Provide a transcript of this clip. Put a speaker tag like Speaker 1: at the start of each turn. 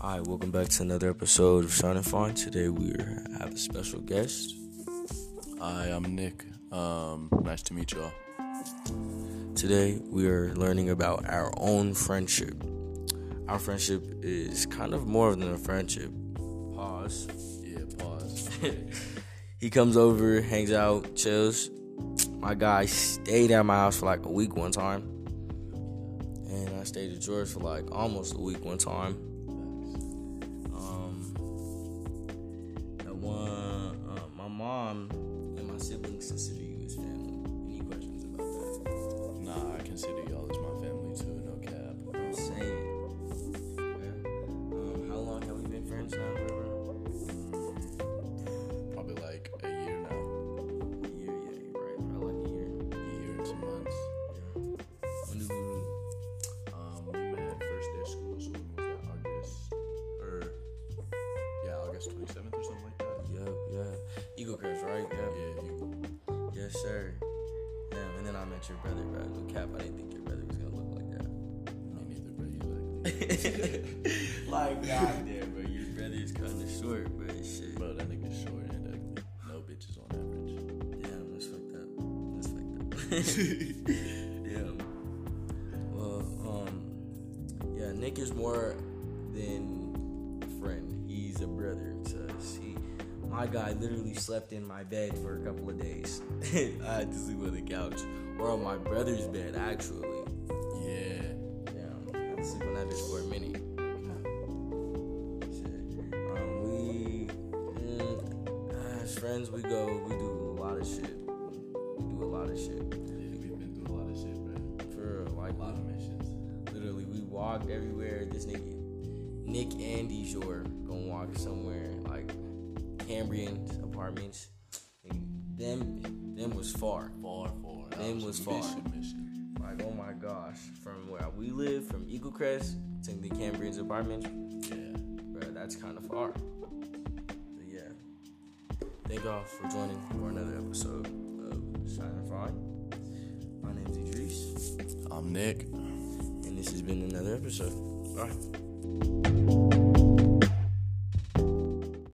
Speaker 1: Hi, welcome back to another episode of Shine and Fine. Today we are- have a special guest.
Speaker 2: Hi, I'm Nick. Um, nice to meet y'all.
Speaker 1: Today we are learning about our own friendship. Our friendship is kind of more than a friendship. Pause.
Speaker 2: Yeah, pause.
Speaker 1: He comes over, hangs out, chills. My guy stayed at my house for like a week one time. And I stayed at George for like almost a week one time. um, that one, uh, my mom and my siblings consider you as family. Any questions about that?
Speaker 2: Nah, I consider y'all as my family too, no cap.
Speaker 1: Same. Yeah. Um, how long have we been friends now? River?
Speaker 2: Probably like a year now.
Speaker 1: A year, yeah, you're right. Probably like a year.
Speaker 2: A year and two months.
Speaker 1: When did we meet?
Speaker 2: Um, we met first day of school, so when was that? August, or yeah, August 27th or something like that.
Speaker 1: Yep, yeah. Eagle Crest, right? Yeah.
Speaker 2: Yeah, you,
Speaker 1: Yes, sir. Damn, and then I met your brother, bro. No cap, I didn't think your brother was gonna look like that.
Speaker 2: me neither, but he's like,
Speaker 1: like, goddamn, bro. Your brother is kinda short, but shit.
Speaker 2: bro, that nigga's short and ugly. No bitches on average.
Speaker 1: Damn, that's fucked up. That's fucked up. Damn. Well, um, yeah, Nick is more than a friend. He's a brother to us. He, my guy literally slept in my bed for a couple of days. I had to sleep on the couch or on my brother's bed, actually.
Speaker 2: Yeah.
Speaker 1: Damn, I had to sleep on that bitch for a minute. Shit. Um, we, mm, as friends, we go, we do a lot of shit. We do a lot of shit.
Speaker 2: yeah, we've been through a lot of shit, bro.
Speaker 1: For real, like
Speaker 2: A lot of missions.
Speaker 1: literally, we walked everywhere. This nigga, Nick and Dijor, gonna walk somewhere like Cambrian apartments. And them, them was far.
Speaker 2: Far, far. That
Speaker 1: Them
Speaker 2: a
Speaker 1: was far.
Speaker 2: Mission, mission.
Speaker 1: Like, oh my gosh, from where we live, from Eagle Crest to the Cambrian's apartments,
Speaker 2: Yeah.
Speaker 1: bro, that's kind of far. But yeah, thank y'all for joining for another episode of Shine and Fine. My name's Idris,
Speaker 2: I'm Nick.
Speaker 1: and this has been another episode. Bye.